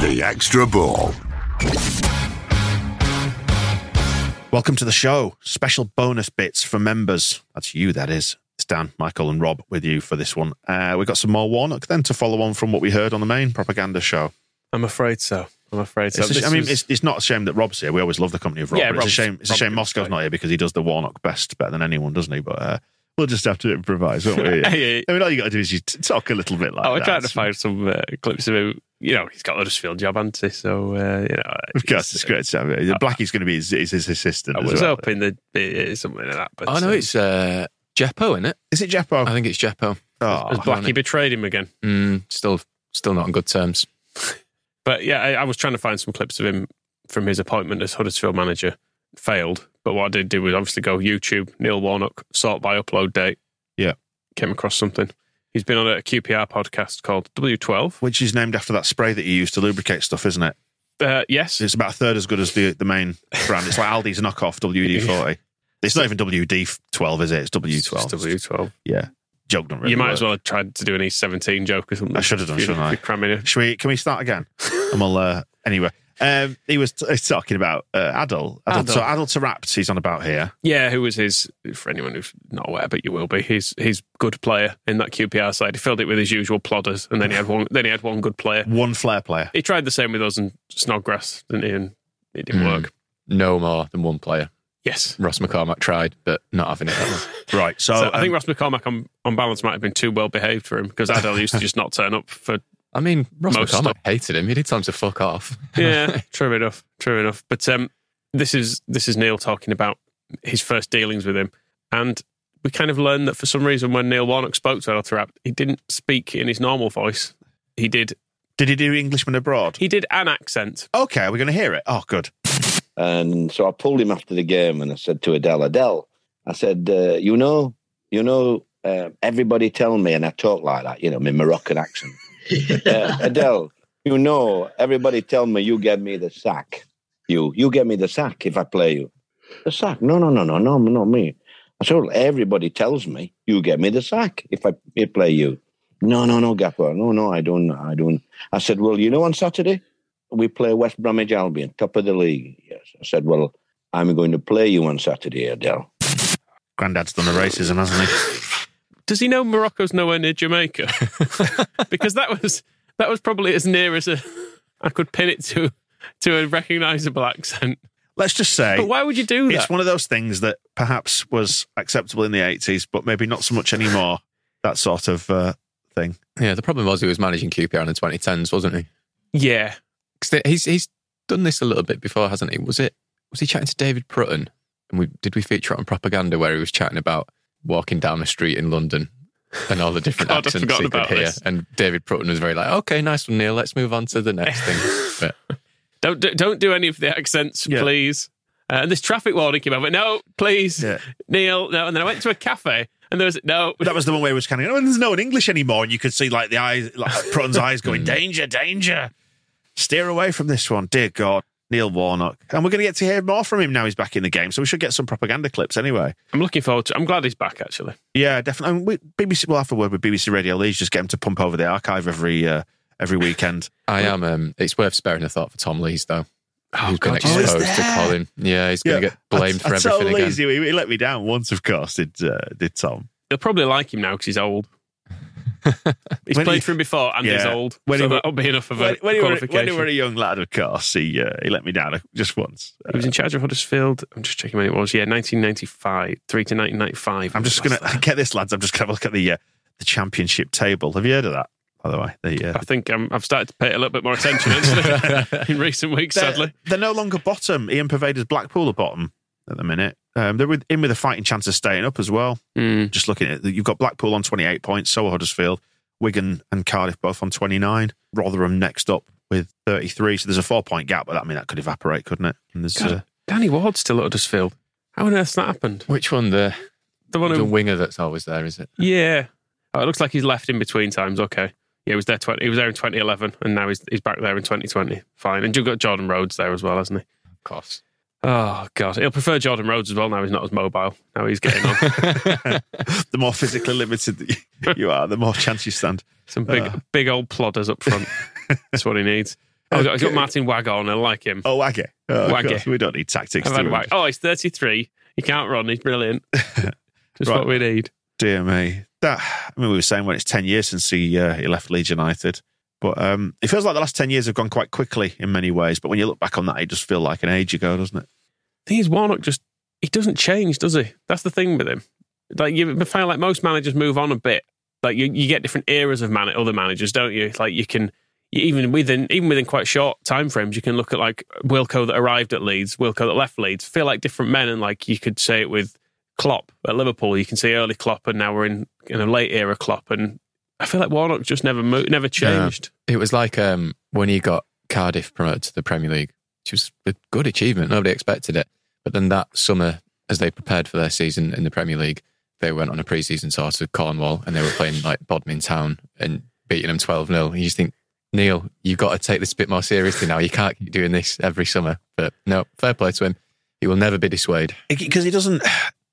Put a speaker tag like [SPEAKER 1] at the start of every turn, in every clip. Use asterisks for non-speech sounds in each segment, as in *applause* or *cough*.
[SPEAKER 1] The Extra Ball.
[SPEAKER 2] Welcome to the show. Special bonus bits for members. That's you, that is. It's Dan, Michael, and Rob with you for this one. Uh, we've got some more Warnock then to follow on from what we heard on the main propaganda show.
[SPEAKER 3] I'm afraid so. I'm afraid so.
[SPEAKER 2] It's a sh-
[SPEAKER 3] This
[SPEAKER 2] I mean, *laughs*
[SPEAKER 3] was-
[SPEAKER 2] it's, it's not a shame that Rob's here. We always love the company of Rob.
[SPEAKER 3] Yeah,
[SPEAKER 2] but it's a
[SPEAKER 3] Rob's-
[SPEAKER 2] shame. It's a
[SPEAKER 3] Rob
[SPEAKER 2] shame
[SPEAKER 3] gives
[SPEAKER 2] Moscow's
[SPEAKER 3] great.
[SPEAKER 2] not here because he does the Warnock best, better than anyone, doesn't he? But uh, we'll just have to improvise, won't we? I
[SPEAKER 3] *laughs* Hey,
[SPEAKER 2] mean, all you got to do is you t- talk a little bit like
[SPEAKER 3] oh, I
[SPEAKER 2] that.
[SPEAKER 3] tried to find some uh, clips of him. You know, he's got Huddersfield job, hasn't he? So, uh, you know.
[SPEAKER 2] Of course, it's great to have
[SPEAKER 3] Oh.
[SPEAKER 2] it. Blackie's going to be his, is his assistant.
[SPEAKER 3] I
[SPEAKER 2] as
[SPEAKER 3] was
[SPEAKER 2] well.
[SPEAKER 3] hoping there'd be something like that. But,
[SPEAKER 4] Oh no,
[SPEAKER 3] um,
[SPEAKER 4] it's uh, Jeppo, isn't it?
[SPEAKER 2] Is it Jeppo?
[SPEAKER 3] Uh,
[SPEAKER 4] I think it's Jeppo.
[SPEAKER 2] Oh,
[SPEAKER 3] Has Blackie betrayed him again?
[SPEAKER 4] Mm, still, still not on good terms.
[SPEAKER 3] But yeah, I, I was trying to find some clips of him from his appointment as Huddersfield manager. Failed. But what I did do was obviously go YouTube, Neil Warnock, sort by upload date.
[SPEAKER 2] Yeah.
[SPEAKER 3] Came across something. He's been on a QPR podcast called W12.
[SPEAKER 2] which is named after that spray that you use to lubricate stuff, isn't it?
[SPEAKER 3] Uh, yes.
[SPEAKER 2] It's about a third as good as the the main brand. It's like Aldi's knockoff WD
[SPEAKER 3] *laughs*
[SPEAKER 2] forty. It's not even WD twelve, is it? It's W
[SPEAKER 3] It's
[SPEAKER 2] twelve.
[SPEAKER 3] W12.
[SPEAKER 2] Yeah, joke don't really.
[SPEAKER 3] you might as
[SPEAKER 2] work.
[SPEAKER 3] well have tried to do an E17 joke or something.
[SPEAKER 2] I should have done,
[SPEAKER 3] If you-
[SPEAKER 2] shouldn't I?
[SPEAKER 3] if you're Cramming it.
[SPEAKER 2] Should we? Can we start again? and we'll uh, anyway. Um, he was t- he's talking about uh, Adult. Adult.
[SPEAKER 4] Adil.
[SPEAKER 2] So Adult to Raps. He's on about here.
[SPEAKER 3] Yeah, who was his? For anyone who's not aware, but you will be. He's he's good player in that QPR side. He filled it with his usual plodders, and then he had one. Then he had one good player.
[SPEAKER 2] One flair player.
[SPEAKER 3] He tried the same with us and Snodgrass, didn't he? And it
[SPEAKER 2] Hmm.
[SPEAKER 3] didn't
[SPEAKER 4] Mm.
[SPEAKER 3] work.
[SPEAKER 4] No more than one player.
[SPEAKER 3] Yes.
[SPEAKER 4] Ross McCormack tried, but not having it. That
[SPEAKER 2] Right. So,
[SPEAKER 3] So I think
[SPEAKER 2] um,
[SPEAKER 3] Ross McCormack on, on balance might have been too well behaved for him because Adele used to just not turn up for.
[SPEAKER 4] *laughs* I mean, Ross
[SPEAKER 3] Most
[SPEAKER 4] McCormack hated him. He did time to fuck off.
[SPEAKER 3] Yeah, *laughs* true enough, true enough. But um, this is this is Neil talking about his first dealings with him, and we kind of learned that for some reason when Neil Warnock spoke to Adele Thrapp, he didn't speak in his normal voice. He did
[SPEAKER 2] did he do Englishman Abroad?
[SPEAKER 3] He did an accent.
[SPEAKER 2] Okay, we're going to hear it. Oh, good.
[SPEAKER 5] And so I pulled him after the game and I said to Adele, Adele, I said, uh, you know, you know, uh, everybody tell me, and I talk like that, you know, my Moroccan accent. uh, Adele, you know, everybody tell me you get me the sack. You, you get me the sack if I play you. The sack? No, no, no, no, no, not me. I said, well, everybody tells me you get me the sack if I I play you. No, no, no, Gaffer. No, no, I don't. I don't. I said, well, you know, on Saturday, we play West Bromwich Albion, top of the league. Yes. I said, well, I'm going to play you on Saturday, Adele.
[SPEAKER 2] Grandad's done the racism, hasn't he?
[SPEAKER 3] *laughs* Does he know Morocco's nowhere near Jamaica? because that was that was probably as near as a I could pin it to to a recognisable accent.
[SPEAKER 2] Let's just say
[SPEAKER 3] But why would you do
[SPEAKER 2] It's
[SPEAKER 3] that?
[SPEAKER 2] one of those things that perhaps was acceptable in the 80s, but maybe not so much anymore. That sort of uh, thing.
[SPEAKER 4] Yeah, the problem was he was managing QPR in the 2010s, wasn't he?
[SPEAKER 3] Yeah,
[SPEAKER 4] 'Cause they- he's he's done this a little bit before, hasn't he? Was it was he chatting to David Prutton? And we did we feature it on propaganda where he was chatting about walking down the street in London and all the different
[SPEAKER 3] God, I'd
[SPEAKER 4] accents
[SPEAKER 3] forgotten
[SPEAKER 4] he could
[SPEAKER 3] about
[SPEAKER 4] hear.
[SPEAKER 3] this.
[SPEAKER 4] And David Prutton was very like, okay, nice one, Neil. Let's move on to the next thing. But
[SPEAKER 3] don't do, don't do any of the accents,
[SPEAKER 2] Yeah.
[SPEAKER 3] please. Uh, and this traffic warning came out. But no, please,
[SPEAKER 2] Yeah.
[SPEAKER 3] Neil. No, and then I went to a cafe and there was no.
[SPEAKER 2] But that was the one where it was kind of, oh, there's no one English anymore. And you could see like the eyes,
[SPEAKER 4] *laughs*
[SPEAKER 2] like Prutton's eyes going,
[SPEAKER 4] Mm.
[SPEAKER 2] danger, danger. Steer away from this one. Dear God, Neil Warnock. And we're going to get to hear more from him now he's back in the game. So we should get some propaganda clips anyway.
[SPEAKER 3] I'm looking forward to. I'm glad he's back actually.
[SPEAKER 2] Yeah, definitely. I mean, we, BBC will have a word with BBC Radio Leeds. Just get him to pump over the archive every uh, every
[SPEAKER 4] *laughs*
[SPEAKER 2] weekend.
[SPEAKER 4] I am. Um, it's worth sparing a thought for Tom Lees though. who's
[SPEAKER 2] God,
[SPEAKER 4] been
[SPEAKER 2] you-
[SPEAKER 4] exposed
[SPEAKER 2] He was
[SPEAKER 4] to
[SPEAKER 2] there.
[SPEAKER 4] Colin? Yeah, he's going to get blamed
[SPEAKER 2] I,
[SPEAKER 4] for
[SPEAKER 2] I
[SPEAKER 4] everything
[SPEAKER 2] totally
[SPEAKER 4] again.
[SPEAKER 2] easy. He, he let me down once, of course, did, uh, did Tom.
[SPEAKER 3] They'll probably like him now because he's
[SPEAKER 2] *laughs*
[SPEAKER 3] old. He's
[SPEAKER 2] When
[SPEAKER 3] played
[SPEAKER 2] he-
[SPEAKER 3] for him before and he's
[SPEAKER 2] Yeah.
[SPEAKER 3] old.
[SPEAKER 2] When
[SPEAKER 3] so
[SPEAKER 2] he-
[SPEAKER 3] that'll be enough of a
[SPEAKER 2] when, when, he were,
[SPEAKER 3] qualification.
[SPEAKER 2] when he were a young lad, of course, he uh, he let me down uh, just once. Uh,
[SPEAKER 3] He was in charge of Huddersfield. I'm just checking when it was. Yeah, 1995, three to 1995.
[SPEAKER 2] I'm just gonna *laughs* get this, lads. I'm just gonna have a look at the uh, the championship table. Have you heard of that? By the way, the, uh,
[SPEAKER 3] I think i I've started to pay it a little bit more attention actually
[SPEAKER 2] *laughs*
[SPEAKER 3] *laughs* in recent weeks.
[SPEAKER 2] they're,
[SPEAKER 3] *laughs* Sadly,
[SPEAKER 2] they're no longer bottom. Ian Pervader's Blackpool are bottom at the minute. Um, they're with, in with a fighting chance of staying up as well.
[SPEAKER 3] Hmm.
[SPEAKER 2] Just looking at you've got Blackpool on 28 points, so are Huddersfield, Wigan and Cardiff both on 29. Rotherham next up with 33. So there's a four point gap, but I mean that could evaporate, couldn't it? And there's
[SPEAKER 3] God.
[SPEAKER 2] uh,
[SPEAKER 3] Danny Ward's still at Huddersfield. How on earth's that happened?
[SPEAKER 4] Which one? The
[SPEAKER 3] The one
[SPEAKER 4] the
[SPEAKER 3] who,
[SPEAKER 4] winger that's always there, is it?
[SPEAKER 3] yeah. Oh, it looks like he's left in between times. Okay, yeah, he was there. 20, he was there in 2011, and now he's he's back there in 2020. Fine, and you've got Jordan Rhodes there as well, hasn't he?
[SPEAKER 4] Of course.
[SPEAKER 3] Oh god, he'll prefer Jordan Rhodes as well. Now he's not as mobile. Now he's getting
[SPEAKER 2] *laughs*
[SPEAKER 3] on.
[SPEAKER 2] uh, the more physically limited that you- you are, the more chance you stand.
[SPEAKER 3] Some big,
[SPEAKER 2] Uh.
[SPEAKER 3] big old plodders up front. That's what he needs. Oh, I've got, I've got
[SPEAKER 2] Okay.
[SPEAKER 3] Martin Wagon. I like him.
[SPEAKER 2] Oh, Waggy. Oh,
[SPEAKER 3] Waggy.
[SPEAKER 2] God, We don't need tactics.
[SPEAKER 3] I've
[SPEAKER 2] do
[SPEAKER 3] had
[SPEAKER 2] we?
[SPEAKER 3] Wag- oh, he's 33. He can't run.
[SPEAKER 2] *laughs*
[SPEAKER 3] He's brilliant. Just
[SPEAKER 2] Right.
[SPEAKER 3] what we need.
[SPEAKER 2] Dear me. That I mean, we were saying when it's ten years since he uh, he left Leeds United, but um, it feels like the last ten years have gone quite quickly in many ways. But when you look back on that, it just feels like an age ago, doesn't it?
[SPEAKER 3] thing is, Warnock just he doesn't change, does he? That's the thing with him. Like you I feel like most managers move on a bit. Like you, you get different eras of man other managers, don't you? Like you can you- even within even within quite short time frames, you can look at like Wilco that arrived at Leeds, Wilco that left Leeds, feel like different men, and like you could say it with Klopp at Liverpool. You can see early Klopp, and now we're in in a late era Klopp, and I feel like Warnock just never moved, never changed.
[SPEAKER 4] It was like um, when he got Cardiff promoted to the Premier League, which was a good achievement. Nobody expected it. But then that summer, as they prepared for their season in the Premier League, they went on a pre-season tour to Cornwall and they were playing like Bodmin Town and beating them 12 0. You just think, Neil, you've got to take this a bit more seriously now. You can't keep doing this every summer. But no, fair play to him. He will never be dissuaded.
[SPEAKER 2] Because he doesn't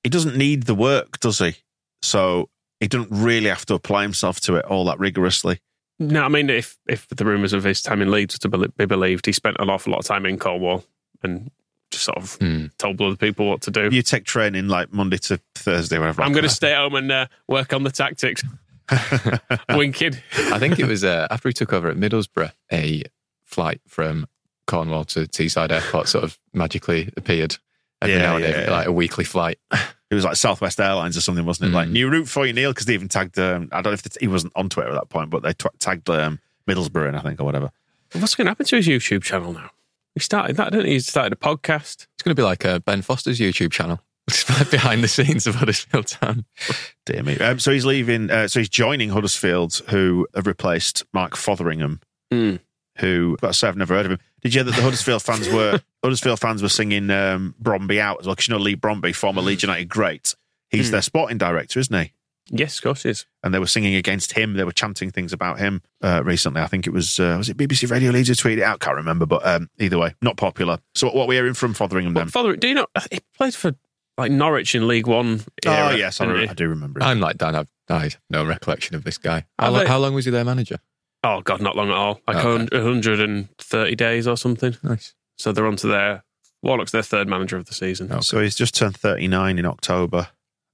[SPEAKER 2] he doesn't need the work, does he? So he doesn't really have to apply himself to it all that rigorously.
[SPEAKER 3] No, I mean, if if the rumours of his time in Leeds were to be- be believed, he spent an awful lot of time in Cornwall and just sort of
[SPEAKER 4] Hmm.
[SPEAKER 3] told other people what to do.
[SPEAKER 2] You take training like Monday to Thursday, whenever.
[SPEAKER 3] I'm going to stay home and uh, work on
[SPEAKER 2] *laughs*
[SPEAKER 3] the tactics. Winking.
[SPEAKER 4] I think it was uh, after he took over at Middlesbrough, a flight from Cornwall to Teesside Airport sort of magically appeared every
[SPEAKER 2] Yeah,
[SPEAKER 4] now and
[SPEAKER 2] yeah,
[SPEAKER 4] then,
[SPEAKER 2] yeah.
[SPEAKER 4] like a weekly flight.
[SPEAKER 2] *laughs* It was like Southwest Airlines or something, wasn't it? Like
[SPEAKER 4] Mm.
[SPEAKER 2] new route for you, Neil, because they even tagged. Um, I don't know if they, he wasn't on Twitter at that point, but they tw- tagged um, Middlesbrough in, I think, or whatever.
[SPEAKER 3] What's going to happen to his YouTube channel now? He started that, didn't he? He started a podcast.
[SPEAKER 4] It's going to be like uh, Ben Foster's YouTube channel, *laughs* It's like behind the scenes of Huddersfield Town.
[SPEAKER 2] Dear me. Um, so he's leaving. Uh, so he's joining Huddersfield, who have replaced Mark Fotheringham, who I've got to say I've never heard of him. Did you hear that the Huddersfield fans *laughs* were Huddersfield fans were singing um, Bromby out as well? Because you know Lee Bromby, former Leeds United great. He's
[SPEAKER 3] Mm.
[SPEAKER 2] their sporting director, isn't he?
[SPEAKER 3] Yes, of course, he is.
[SPEAKER 2] and they were singing against him. They were chanting things about him uh, recently. I think it was uh, was it BBC Radio Leeds who tweeted it out. Can't remember, but um, either way, not popular. So what, what we're hearing from Fotheringham
[SPEAKER 3] But
[SPEAKER 2] then?
[SPEAKER 3] Father, do you know? He played for like Norwich in League One.
[SPEAKER 2] Oh
[SPEAKER 3] era,
[SPEAKER 2] yes, I,
[SPEAKER 3] didn't
[SPEAKER 2] re-
[SPEAKER 3] he?
[SPEAKER 2] I do remember. It.
[SPEAKER 4] I'm like Dan, I've I have no recollection of this guy.
[SPEAKER 3] Are
[SPEAKER 4] How, lo-
[SPEAKER 3] they-
[SPEAKER 4] how long was he their manager?
[SPEAKER 3] Oh, God, not long at all. Like
[SPEAKER 4] Okay.
[SPEAKER 3] 130 days or something.
[SPEAKER 4] Nice.
[SPEAKER 3] So they're on to their Warlock's their third manager of the season.
[SPEAKER 4] Oh.
[SPEAKER 2] So he's just turned thirty nine in October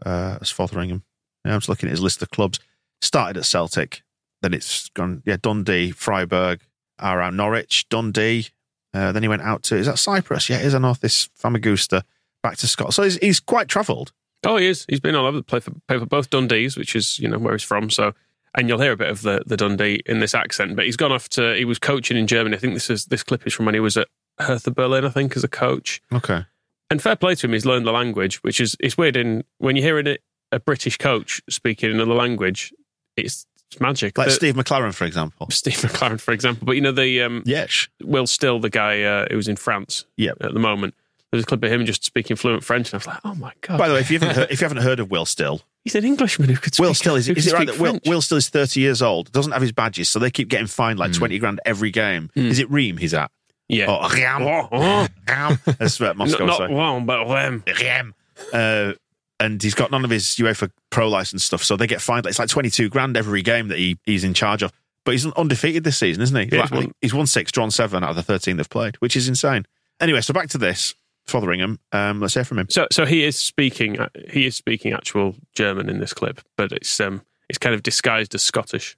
[SPEAKER 2] uh, as Fotheringham. Now I'm just looking at his list of clubs. Started at Celtic, then it's gone. Yeah, Dundee, Freiburg, around Norwich, Dundee. Uh, then he went out to is that Cyprus? Yeah, it is. I know this Famagusta. Back to Scotland. So he's, he's quite travelled.
[SPEAKER 3] Oh, he is. He's been all over the play for, play for both Dundees, which is you know where he's from. So, and you'll hear a bit of the, the Dundee in this accent. But he's gone off to. He was coaching in Germany. I think this is this clip is from when he was at Hertha Berlin. I think as a coach.
[SPEAKER 2] Okay.
[SPEAKER 3] And fair play to him, he's learned the language, which is it's weird. In when you hear a, a British coach speaking another language, it's, it's magic.
[SPEAKER 2] Like
[SPEAKER 3] The-
[SPEAKER 2] Steve McLaren, for example.
[SPEAKER 3] *laughs* Steve McLaren, for example. But you know the um,
[SPEAKER 2] Yes.
[SPEAKER 3] Will Still, the guy uh, who's in France
[SPEAKER 2] Yep.
[SPEAKER 3] at the moment. There's a clip of him just speaking fluent French, and I was like, "Oh my god!"
[SPEAKER 2] By the way, if you
[SPEAKER 3] *laughs*
[SPEAKER 2] haven't heard, if you haven't heard of Will Still,
[SPEAKER 3] he's an Englishman who could speak.
[SPEAKER 2] Will Still is,
[SPEAKER 3] who
[SPEAKER 2] is
[SPEAKER 3] could
[SPEAKER 2] it right
[SPEAKER 3] speak
[SPEAKER 2] that Will,
[SPEAKER 3] French.
[SPEAKER 2] Will Still is thirty years old, doesn't have his badges, so they keep getting fined like
[SPEAKER 4] Hmm.
[SPEAKER 2] twenty grand every game.
[SPEAKER 3] Hmm.
[SPEAKER 2] Is it Ream he's at?
[SPEAKER 3] Yeah.
[SPEAKER 2] Or Ream?
[SPEAKER 3] Oh, oh.
[SPEAKER 2] Ream? That's what
[SPEAKER 3] Not,
[SPEAKER 2] Moscow
[SPEAKER 3] not one, but them.
[SPEAKER 2] say. Ream. Uh, and he's got none of his UEFA Pro license stuff, so they get fined. It's like twenty two grand every game that he, he's in charge of. But he's undefeated this season, isn't he?
[SPEAKER 3] Yeah,
[SPEAKER 2] Like,
[SPEAKER 3] he's won-
[SPEAKER 2] he's won six, drawn seven out of the thirteen they've played, which is insane. Anyway, so back to this Fotheringham. Um, let's hear from him.
[SPEAKER 3] So, so he is speaking. uh, He is speaking actual German in this clip, but it's um, it's kind of disguised as Scottish.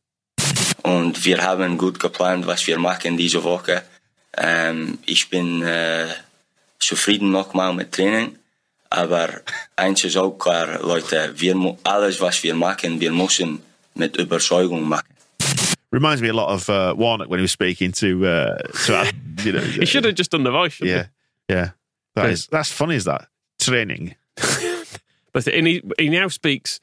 [SPEAKER 1] Und wir haben gut geplant, was wir machen diese Woche. Ähm, ich bin äh, zufrieden nochmal mit Training. Aber eins ist auch klar, Leute, wir, mu- alles, was wir machen, wir müssen mit Überzeugung machen.
[SPEAKER 2] Reminds me a lot of uh, Warnock when he was speaking to uh, to our- you know.
[SPEAKER 3] *laughs*
[SPEAKER 2] uh,
[SPEAKER 3] He should have just done the voice. shouldn't
[SPEAKER 2] Yeah, yeah. That
[SPEAKER 3] Yeah.
[SPEAKER 2] is that's funny. Is that training?
[SPEAKER 3] he? But and he, he now speaks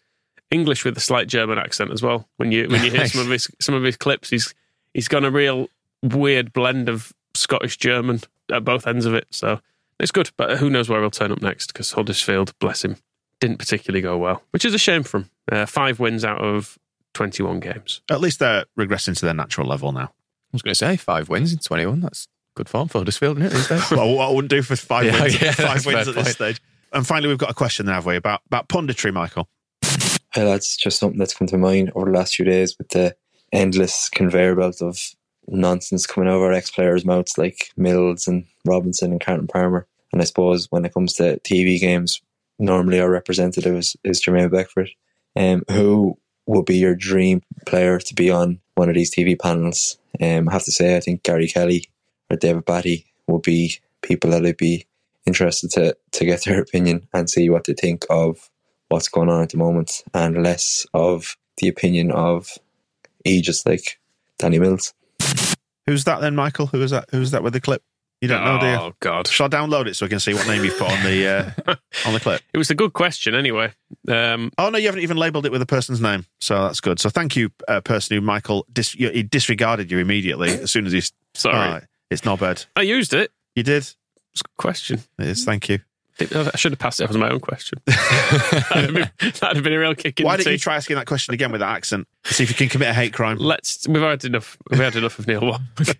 [SPEAKER 3] English with a slight German accent as well. When you when you hear some of his some of his clips, he's he's got a real weird blend of Scottish German at both ends of it. So it's good, but who knows where he'll turn up next? Because Huddersfield, bless him, didn't particularly go well, which is a shame for him. Uh, five wins out of twenty-one games.
[SPEAKER 2] At least they're regressing to their natural level now.
[SPEAKER 4] I was going to say five wins in 21. That's good form for Huddersfield, isn't it? these *laughs* days?
[SPEAKER 2] well, what I wouldn't do for five
[SPEAKER 4] Yeah,
[SPEAKER 2] wins,
[SPEAKER 4] yeah,
[SPEAKER 2] five
[SPEAKER 4] that's
[SPEAKER 2] wins
[SPEAKER 4] fair
[SPEAKER 2] at this stage. And finally, we've got a question there, have we, about about punditry, Michael?
[SPEAKER 6] Uh, Well, that's just something that's come to mind over the last few days with the endless conveyor belt of nonsense coming out of our ex players' mouths like Mills and Robinson and Carton Palmer. And I suppose when it comes to TV games, normally our representative is, is Jermaine Beckford. Um, who would be your dream player to be on one of these TV panels? Um, I have to say, I think Gary Kelly or David Batty would be people that I'd be interested to, to get their opinion and see what they think of what's going on at the moment and less of the opinion of Aegis like Danny Mills.
[SPEAKER 2] Who's that then, Michael? Who is that? Who's that with the clip? You don't know, do you?
[SPEAKER 3] Oh, God.
[SPEAKER 2] Shall I download it so we can see what name you've put on the
[SPEAKER 3] *laughs*
[SPEAKER 2] uh, on the clip?
[SPEAKER 3] It was a good question, anyway. Um,
[SPEAKER 2] Oh no, you haven't even labelled it with a person's name, so that's good. So thank you, uh, person who Michael dis- you, he disregarded you immediately as soon as he. Ah,
[SPEAKER 3] sorry.
[SPEAKER 2] it's not bad.
[SPEAKER 3] I used it.
[SPEAKER 2] You did.
[SPEAKER 3] It's a good question.
[SPEAKER 2] It is. Thank
[SPEAKER 3] *laughs*
[SPEAKER 2] you. *laughs*
[SPEAKER 3] I should have passed it off as my own question. *laughs* that'd, have been, that'd have been a real kick in
[SPEAKER 2] Why
[SPEAKER 3] the
[SPEAKER 2] don't you
[SPEAKER 3] teeth.
[SPEAKER 2] try asking that question again with that accent? See if you can commit a hate crime.
[SPEAKER 3] Let's. We've had enough. We've had enough of Neil. *laughs* Warnock.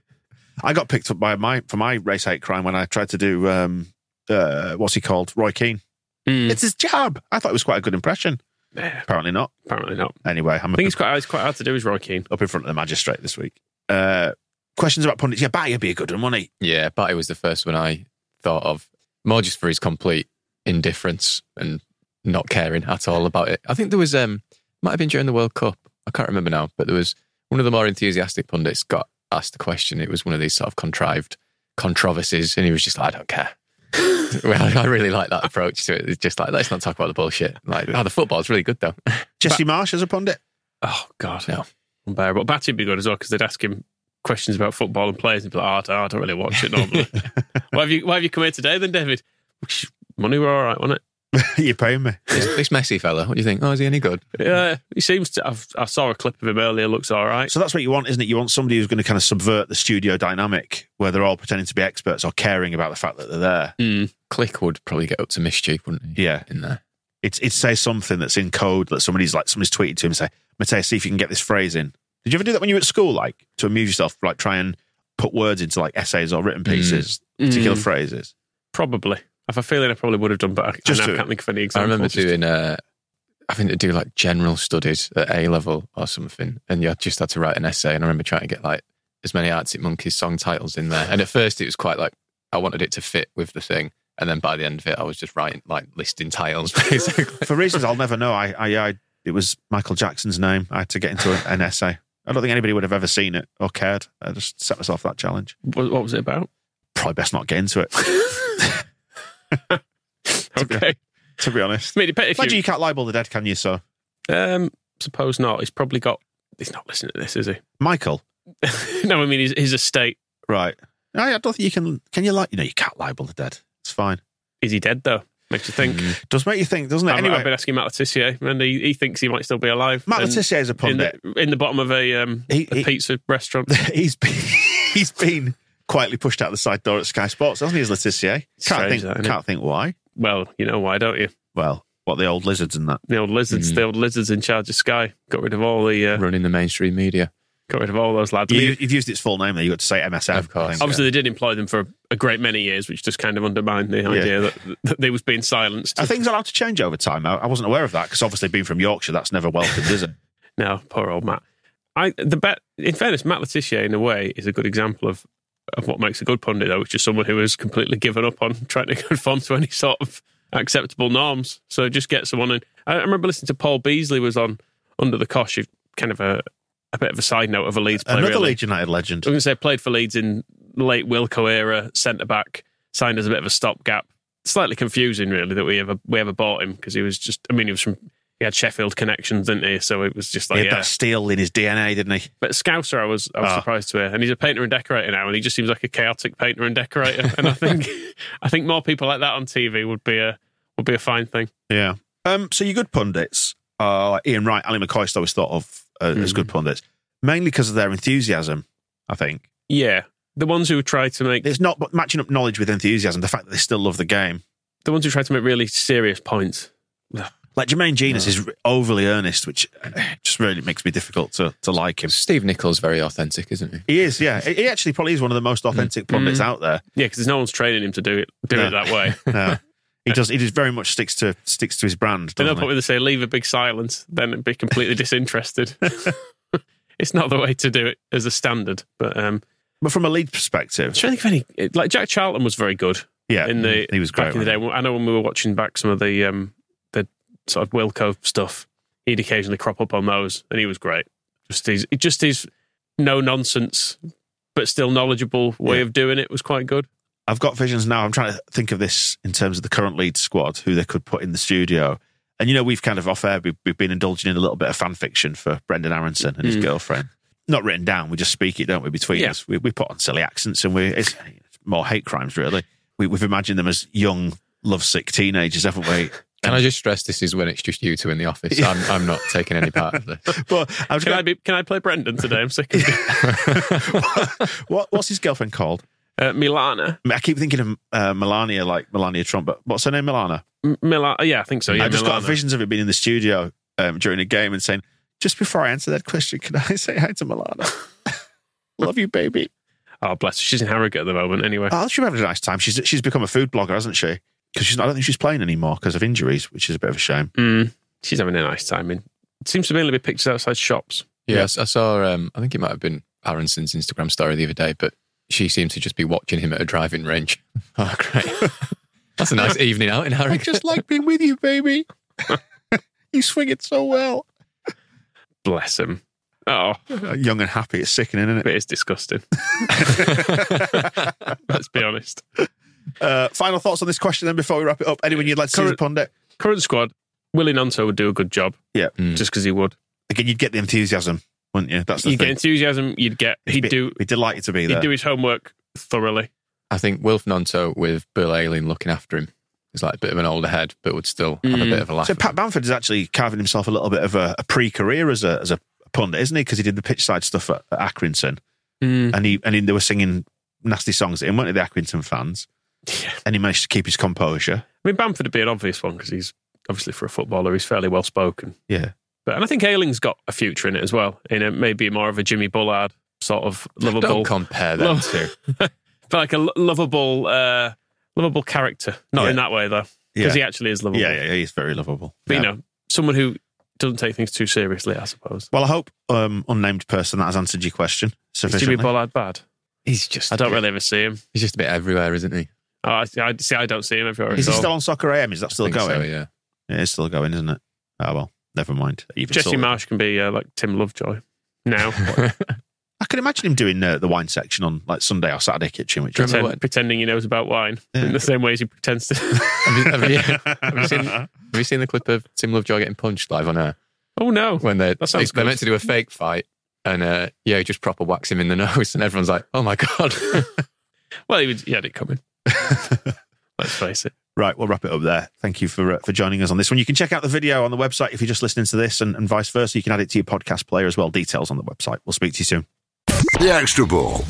[SPEAKER 2] I got picked up by my for my race hate crime when I tried to do um, uh, what's he called, Roy Keane.
[SPEAKER 3] Mm,
[SPEAKER 2] It's his job. I thought it was quite a good impression.
[SPEAKER 3] Yeah.
[SPEAKER 2] Apparently not.
[SPEAKER 3] *laughs* apparently not.
[SPEAKER 2] Anyway, I'm
[SPEAKER 3] I
[SPEAKER 2] up
[SPEAKER 3] think
[SPEAKER 2] in,
[SPEAKER 3] it's quite. It's quite hard to do. Is Roy Keane?
[SPEAKER 2] up in front of the magistrate this week. Uh, questions about pundits. Yeah, Batty would be a good one, wouldn't he?
[SPEAKER 4] Yeah, Batty was the first one I thought of, more just for his complete indifference and not caring at all about it. I think there was um might have been during the World Cup. I can't remember now, but there was one of the more enthusiastic pundits got asked a question. It was one of these sort of contrived controversies, and he was just like, "I don't care." *laughs* well, I really like that approach to it. It's just like, let's not talk about the bullshit. Like, oh, the football's really good though.
[SPEAKER 2] Jesse Marsh as a pundit. *laughs*
[SPEAKER 3] Oh God,
[SPEAKER 4] No.
[SPEAKER 3] unbearable. Batty'd be good as well because they'd ask him questions about football and players, and he'd be like, oh, I don't- "I don't really watch it *laughs* normally." why have you Why have you come here today then, David? Money were all right, wasn't
[SPEAKER 2] You're paying me.
[SPEAKER 4] this, this Messi fella, what do you think? Oh, is he any good?
[SPEAKER 3] it? Yeah, he seems to. I've, I saw a clip of him earlier. Looks all right.
[SPEAKER 2] So that's what you want, isn't it? You want somebody who's going to kind of subvert the studio dynamic where they're all pretending to be experts or caring about the fact that they're there.
[SPEAKER 3] Mm.
[SPEAKER 4] Hmm. Click would probably get up to mischief, wouldn't he?
[SPEAKER 2] Yeah.
[SPEAKER 4] In there.
[SPEAKER 2] It's it says something that's in code that somebody's like somebody's tweeted to him and say, Mateus, see if you can get this phrase in. Did you ever do that when you were at school, like to amuse yourself, like try and put words into like essays or written pieces, particular
[SPEAKER 3] Mm.
[SPEAKER 2] phrases?
[SPEAKER 3] Probably. I have a feeling I probably would have done, but I,
[SPEAKER 2] Just
[SPEAKER 3] I,
[SPEAKER 2] do
[SPEAKER 3] now
[SPEAKER 2] it.
[SPEAKER 3] can't think of any
[SPEAKER 4] I
[SPEAKER 3] examples.
[SPEAKER 4] remember
[SPEAKER 3] Just-
[SPEAKER 4] doing uh, having to do like general studies at A level or something, and you had- just had to write an essay. And I remember trying to get like as many Arctic Monkeys song titles in there. And at first, it was quite like I wanted it to fit with the thing, and then by the end of it, I was just writing like listing titles *laughs* basically.
[SPEAKER 2] For reasons I'll never know, I, I, I it was Michael Jackson's name. I had to get into a- an essay. I don't think anybody would have ever seen it or cared. I just set myself that challenge.
[SPEAKER 3] What, what was it *laughs* about?
[SPEAKER 2] Probably best not get into it, *laughs*
[SPEAKER 3] okay.
[SPEAKER 2] to be honest.
[SPEAKER 3] I mean, it depends if
[SPEAKER 2] Imagine
[SPEAKER 3] you-
[SPEAKER 2] you can't libel the dead, can you? So,
[SPEAKER 3] Um, suppose not. He's probably got. He's not listening to this, is he?
[SPEAKER 2] Michael,
[SPEAKER 3] *laughs* no, I mean his, his estate.
[SPEAKER 2] right? Oh, I, I don't think you can. Can you like? You know, you can't libel the dead. It's fine.
[SPEAKER 3] Is he dead though? Makes you think.
[SPEAKER 2] Does make you think, doesn't it?
[SPEAKER 3] I've,
[SPEAKER 2] Mm. anyway,
[SPEAKER 3] I've been asking Matt Letitia, and he, he thinks he might still be alive.
[SPEAKER 2] Matt
[SPEAKER 3] And
[SPEAKER 2] Letitia is a
[SPEAKER 3] in
[SPEAKER 2] pundit.
[SPEAKER 3] the, in the bottom of a, um,
[SPEAKER 2] He-
[SPEAKER 3] a
[SPEAKER 2] he-
[SPEAKER 3] pizza
[SPEAKER 2] *laughs*
[SPEAKER 3] restaurant.
[SPEAKER 2] he's been, he's been quietly pushed out the side door at Sky Sports, hasn't he? As Letitia, can't
[SPEAKER 3] strange,
[SPEAKER 2] think.
[SPEAKER 3] that, isn't it?
[SPEAKER 2] can't think why.
[SPEAKER 3] Well, you know why, don't you?
[SPEAKER 2] Well, what the old lizards and that.
[SPEAKER 3] The old lizards.
[SPEAKER 4] Mm.
[SPEAKER 3] The old lizards in charge of Sky got rid of all the uh,
[SPEAKER 4] Running the mainstream media.
[SPEAKER 3] got rid of all those lads. I
[SPEAKER 2] You,
[SPEAKER 3] mean,
[SPEAKER 2] you've used its full name there. You got to say MSM.
[SPEAKER 4] Of course.
[SPEAKER 2] I think.
[SPEAKER 3] Obviously, they did employ them for a, a great many years, which just kind of undermined the idea that, that they was being silenced.
[SPEAKER 2] Are things allowed to change over time? I, I wasn't aware of that because obviously being from Yorkshire, that's never welcomed, is it?
[SPEAKER 3] No, poor old Matt. I the bet. In fairness, Matt Letitia, in a way, is a good example of of what makes a good pundit, though, which is someone who has completely given up on *laughs* trying to conform to any sort of acceptable norms. So just get someone. In. I I remember listening to Paul Beasley was on Under the Cosh, who- kind of a a bit of a side note of a Leeds player.
[SPEAKER 2] Another
[SPEAKER 3] really.
[SPEAKER 2] Leeds United legend.
[SPEAKER 3] I'm going to say played for Leeds in late Wilco era, centre back, signed as a bit of a stopgap. Slightly confusing, really, that we ever we ever bought him because he was just. I mean, he was from he had Sheffield connections, didn't he? So it was just
[SPEAKER 2] he
[SPEAKER 3] like,
[SPEAKER 2] had
[SPEAKER 3] yeah.
[SPEAKER 2] that steel in his DNA, didn't he?
[SPEAKER 3] But Scouser, I was I was
[SPEAKER 2] Ah.
[SPEAKER 3] surprised to hear, and he's a painter and decorator now, and he just seems like a chaotic painter and decorator. and I *laughs* think I think more people like that on TV would be a would be a fine thing.
[SPEAKER 2] Yeah. Um, so your good pundits are like Ian Wright, Ali McCoy's always thought of uh, as
[SPEAKER 3] Mhm.
[SPEAKER 2] good pundits, mainly because of their enthusiasm. I think
[SPEAKER 3] Yeah, the ones who try to make
[SPEAKER 2] it's not but matching up knowledge with enthusiasm. The fact that they still love the game,
[SPEAKER 3] the ones who try to make really serious points.
[SPEAKER 2] like Jermaine Genus, is overly earnest, which eh, just really makes me difficult to to like him.
[SPEAKER 4] Steve Nichols very authentic, isn't he?
[SPEAKER 2] He is, yeah. He he actually probably is one of the most authentic pundits
[SPEAKER 3] Mhm.
[SPEAKER 2] out
[SPEAKER 3] *laughs*
[SPEAKER 2] there.
[SPEAKER 3] Yeah, because there's no one's training him to do it do
[SPEAKER 2] No.
[SPEAKER 3] it that *laughs* way.
[SPEAKER 2] No. he does. He just very much sticks to sticks to his brand.
[SPEAKER 3] There's no
[SPEAKER 2] doesn't he?
[SPEAKER 3] *laughs* point where they say leave a big silence, then it'd be completely disinterested. it's not the way to do it as a standard. But um,
[SPEAKER 2] But from a lead perspective,
[SPEAKER 3] I'm trying to think of any. Like Jack Charlton was very good
[SPEAKER 2] yeah,
[SPEAKER 3] in the
[SPEAKER 2] he was great.
[SPEAKER 3] back in the day. I know when we were watching back some of the um, the sort of Wilco stuff, he'd occasionally crop up on those, and he was great. Just his just his no nonsense but still knowledgeable way
[SPEAKER 2] Yeah.
[SPEAKER 3] of doing it was quite good.
[SPEAKER 2] I've got visions now. I'm trying to think of this in terms of the current lead squad, who they could put in the studio. And you know, we've kind of off air, we've, we've been indulging in a little bit of fan fiction for Brendan Aronson and his
[SPEAKER 3] Mm.
[SPEAKER 2] girlfriend. Not written down, we just speak it, don't we? Between
[SPEAKER 3] Yeah.
[SPEAKER 2] us, we, we put on silly accents, and we it's, it's more hate crimes really. We, we've imagined them as young, lovesick teenagers, haven't
[SPEAKER 3] *laughs*
[SPEAKER 2] we?
[SPEAKER 4] Can I just stress this is when it's just you two in the office? I'm, I'm not taking any part of this.
[SPEAKER 2] But I was
[SPEAKER 3] Can I
[SPEAKER 2] going.
[SPEAKER 3] be? Can I play Brendan today? I'm sick of it.
[SPEAKER 2] *laughs* what, what's his girlfriend called?
[SPEAKER 3] Uh, Milana.
[SPEAKER 2] I mean, I keep thinking of uh, Melania, like Melania Trump, but what's her name? Milana.
[SPEAKER 3] M- Mila- uh, yeah, I think so. Yeah,
[SPEAKER 2] I just got
[SPEAKER 3] Milana.
[SPEAKER 2] visions of it being in the studio um, during a game and saying, just before I answer that question, can I *laughs* say hi to Milana? Love you, baby.
[SPEAKER 3] Oh, bless. her. She's in Harrogate at the moment, anyway.
[SPEAKER 2] Oh, she's having a nice time. She's she's become a food blogger, hasn't she? Because she's not, I don't think she's playing anymore because of injuries, which is a bit of a shame.
[SPEAKER 3] Mm, she's having a nice time. In it seems to mainly be pictures outside shops.
[SPEAKER 4] Yeah, I s- I saw. Um, I think it might have been Aronson's Instagram story the other day, but she seemed to just be watching him at a driving range. *laughs* Oh, great! *laughs* That's
[SPEAKER 2] *laughs*
[SPEAKER 4] a nice evening out in
[SPEAKER 2] I
[SPEAKER 4] Harrogate.
[SPEAKER 2] just like being with you, *laughs* baby. you swing it so well.
[SPEAKER 3] Bless him. Oh,
[SPEAKER 2] Young and happy. It's sickening, isn't it?
[SPEAKER 3] it is disgusting. Let's be honest.
[SPEAKER 2] *laughs* Uh, final thoughts on this question then before we wrap it up. Anyone you'd like to see as a
[SPEAKER 3] Current-
[SPEAKER 2] pundit?
[SPEAKER 3] Current squad. Willie Nonto would do a good job.
[SPEAKER 2] Yeah.
[SPEAKER 4] Mm.
[SPEAKER 3] just because he would.
[SPEAKER 2] Again, you'd get the enthusiasm, wouldn't you? That's the
[SPEAKER 3] You'd get
[SPEAKER 2] thing.
[SPEAKER 3] enthusiasm. You'd get. He'd
[SPEAKER 2] Be-
[SPEAKER 3] do.
[SPEAKER 2] Be delighted to be there.
[SPEAKER 3] He'd do his homework thoroughly.
[SPEAKER 4] I think Wilf Nonto with Bill Ailing looking after him is like a bit of an older head, but would still have a
[SPEAKER 3] Mm.
[SPEAKER 4] bit of a laugh.
[SPEAKER 2] So Pat Bamford is actually carving himself a little bit of a, a pre-career as a as a pundit, isn't he? Because he did the pitch side stuff at, at Accrington, and he and he, they were singing nasty songs at him, weren't they, the Accrington fans?
[SPEAKER 3] Yeah.
[SPEAKER 2] And he managed to keep his composure.
[SPEAKER 3] I mean, Bamford would be an obvious one because he's obviously for a footballer, he's fairly well spoken.
[SPEAKER 2] Yeah.
[SPEAKER 3] But and I think Ailing's got a future in it as well. In a, maybe more of a Jimmy Bullard sort of
[SPEAKER 4] Don't
[SPEAKER 3] lovable,
[SPEAKER 4] compare them
[SPEAKER 3] Love- *laughs*
[SPEAKER 4] two.
[SPEAKER 3] but like a lo- lovable, uh, lovable character. Not
[SPEAKER 2] Yeah.
[SPEAKER 3] in that way though,
[SPEAKER 2] Yeah.
[SPEAKER 3] because he actually is lovable.
[SPEAKER 2] yeah, yeah, yeah, he's very lovable.
[SPEAKER 3] But
[SPEAKER 2] Yeah.
[SPEAKER 3] you know, someone who doesn't take things too seriously, I suppose.
[SPEAKER 2] Well, I hope um, unnamed person that has answered your question
[SPEAKER 3] Is Jimmy
[SPEAKER 2] sufficiently.
[SPEAKER 3] Bullard bad?
[SPEAKER 4] He's just.
[SPEAKER 3] I don't really ever see him.
[SPEAKER 4] He's just a bit everywhere, isn't he?
[SPEAKER 3] Oh, I, I see. I don't see him everywhere.
[SPEAKER 2] is he
[SPEAKER 3] at all.
[SPEAKER 2] still on Soccer AM? Is that still
[SPEAKER 4] I think
[SPEAKER 2] going?
[SPEAKER 4] So, yeah.
[SPEAKER 2] Yeah, it's still going, isn't it? Oh well, never mind. You've
[SPEAKER 3] Jesse
[SPEAKER 2] insulted-
[SPEAKER 3] Marsh can be uh, like Tim Lovejoy
[SPEAKER 2] *laughs*
[SPEAKER 3] now,
[SPEAKER 2] I can imagine him doing uh, the wine section on like Sunday or Saturday kitchen, which
[SPEAKER 4] Remember
[SPEAKER 3] pretend-
[SPEAKER 4] what-
[SPEAKER 3] pretending he knows about wine
[SPEAKER 2] Yeah.
[SPEAKER 3] in the same way as he pretends to. *laughs*
[SPEAKER 4] have, you, have, you, have you seen, have you seen the clip of Tim Lovejoy getting punched live on air?
[SPEAKER 3] oh no!
[SPEAKER 4] when they
[SPEAKER 3] That
[SPEAKER 4] they,
[SPEAKER 3] sounds
[SPEAKER 4] they
[SPEAKER 3] good.
[SPEAKER 4] meant to do a fake fight and uh, yeah, just proper wax him in the *laughs* nose, and everyone's like, "Oh my god!"
[SPEAKER 3] *laughs*
[SPEAKER 4] *laughs*
[SPEAKER 3] Well, he, was, he had it coming. Let's face it.
[SPEAKER 2] Right, we'll wrap it up there. Thank you for uh, for joining us on this one. You can check out the video on the website if you're just listening to this, and, and vice versa. You can add it to your podcast player as well. Details on the website. We'll speak to you soon.
[SPEAKER 7] The Extra Ball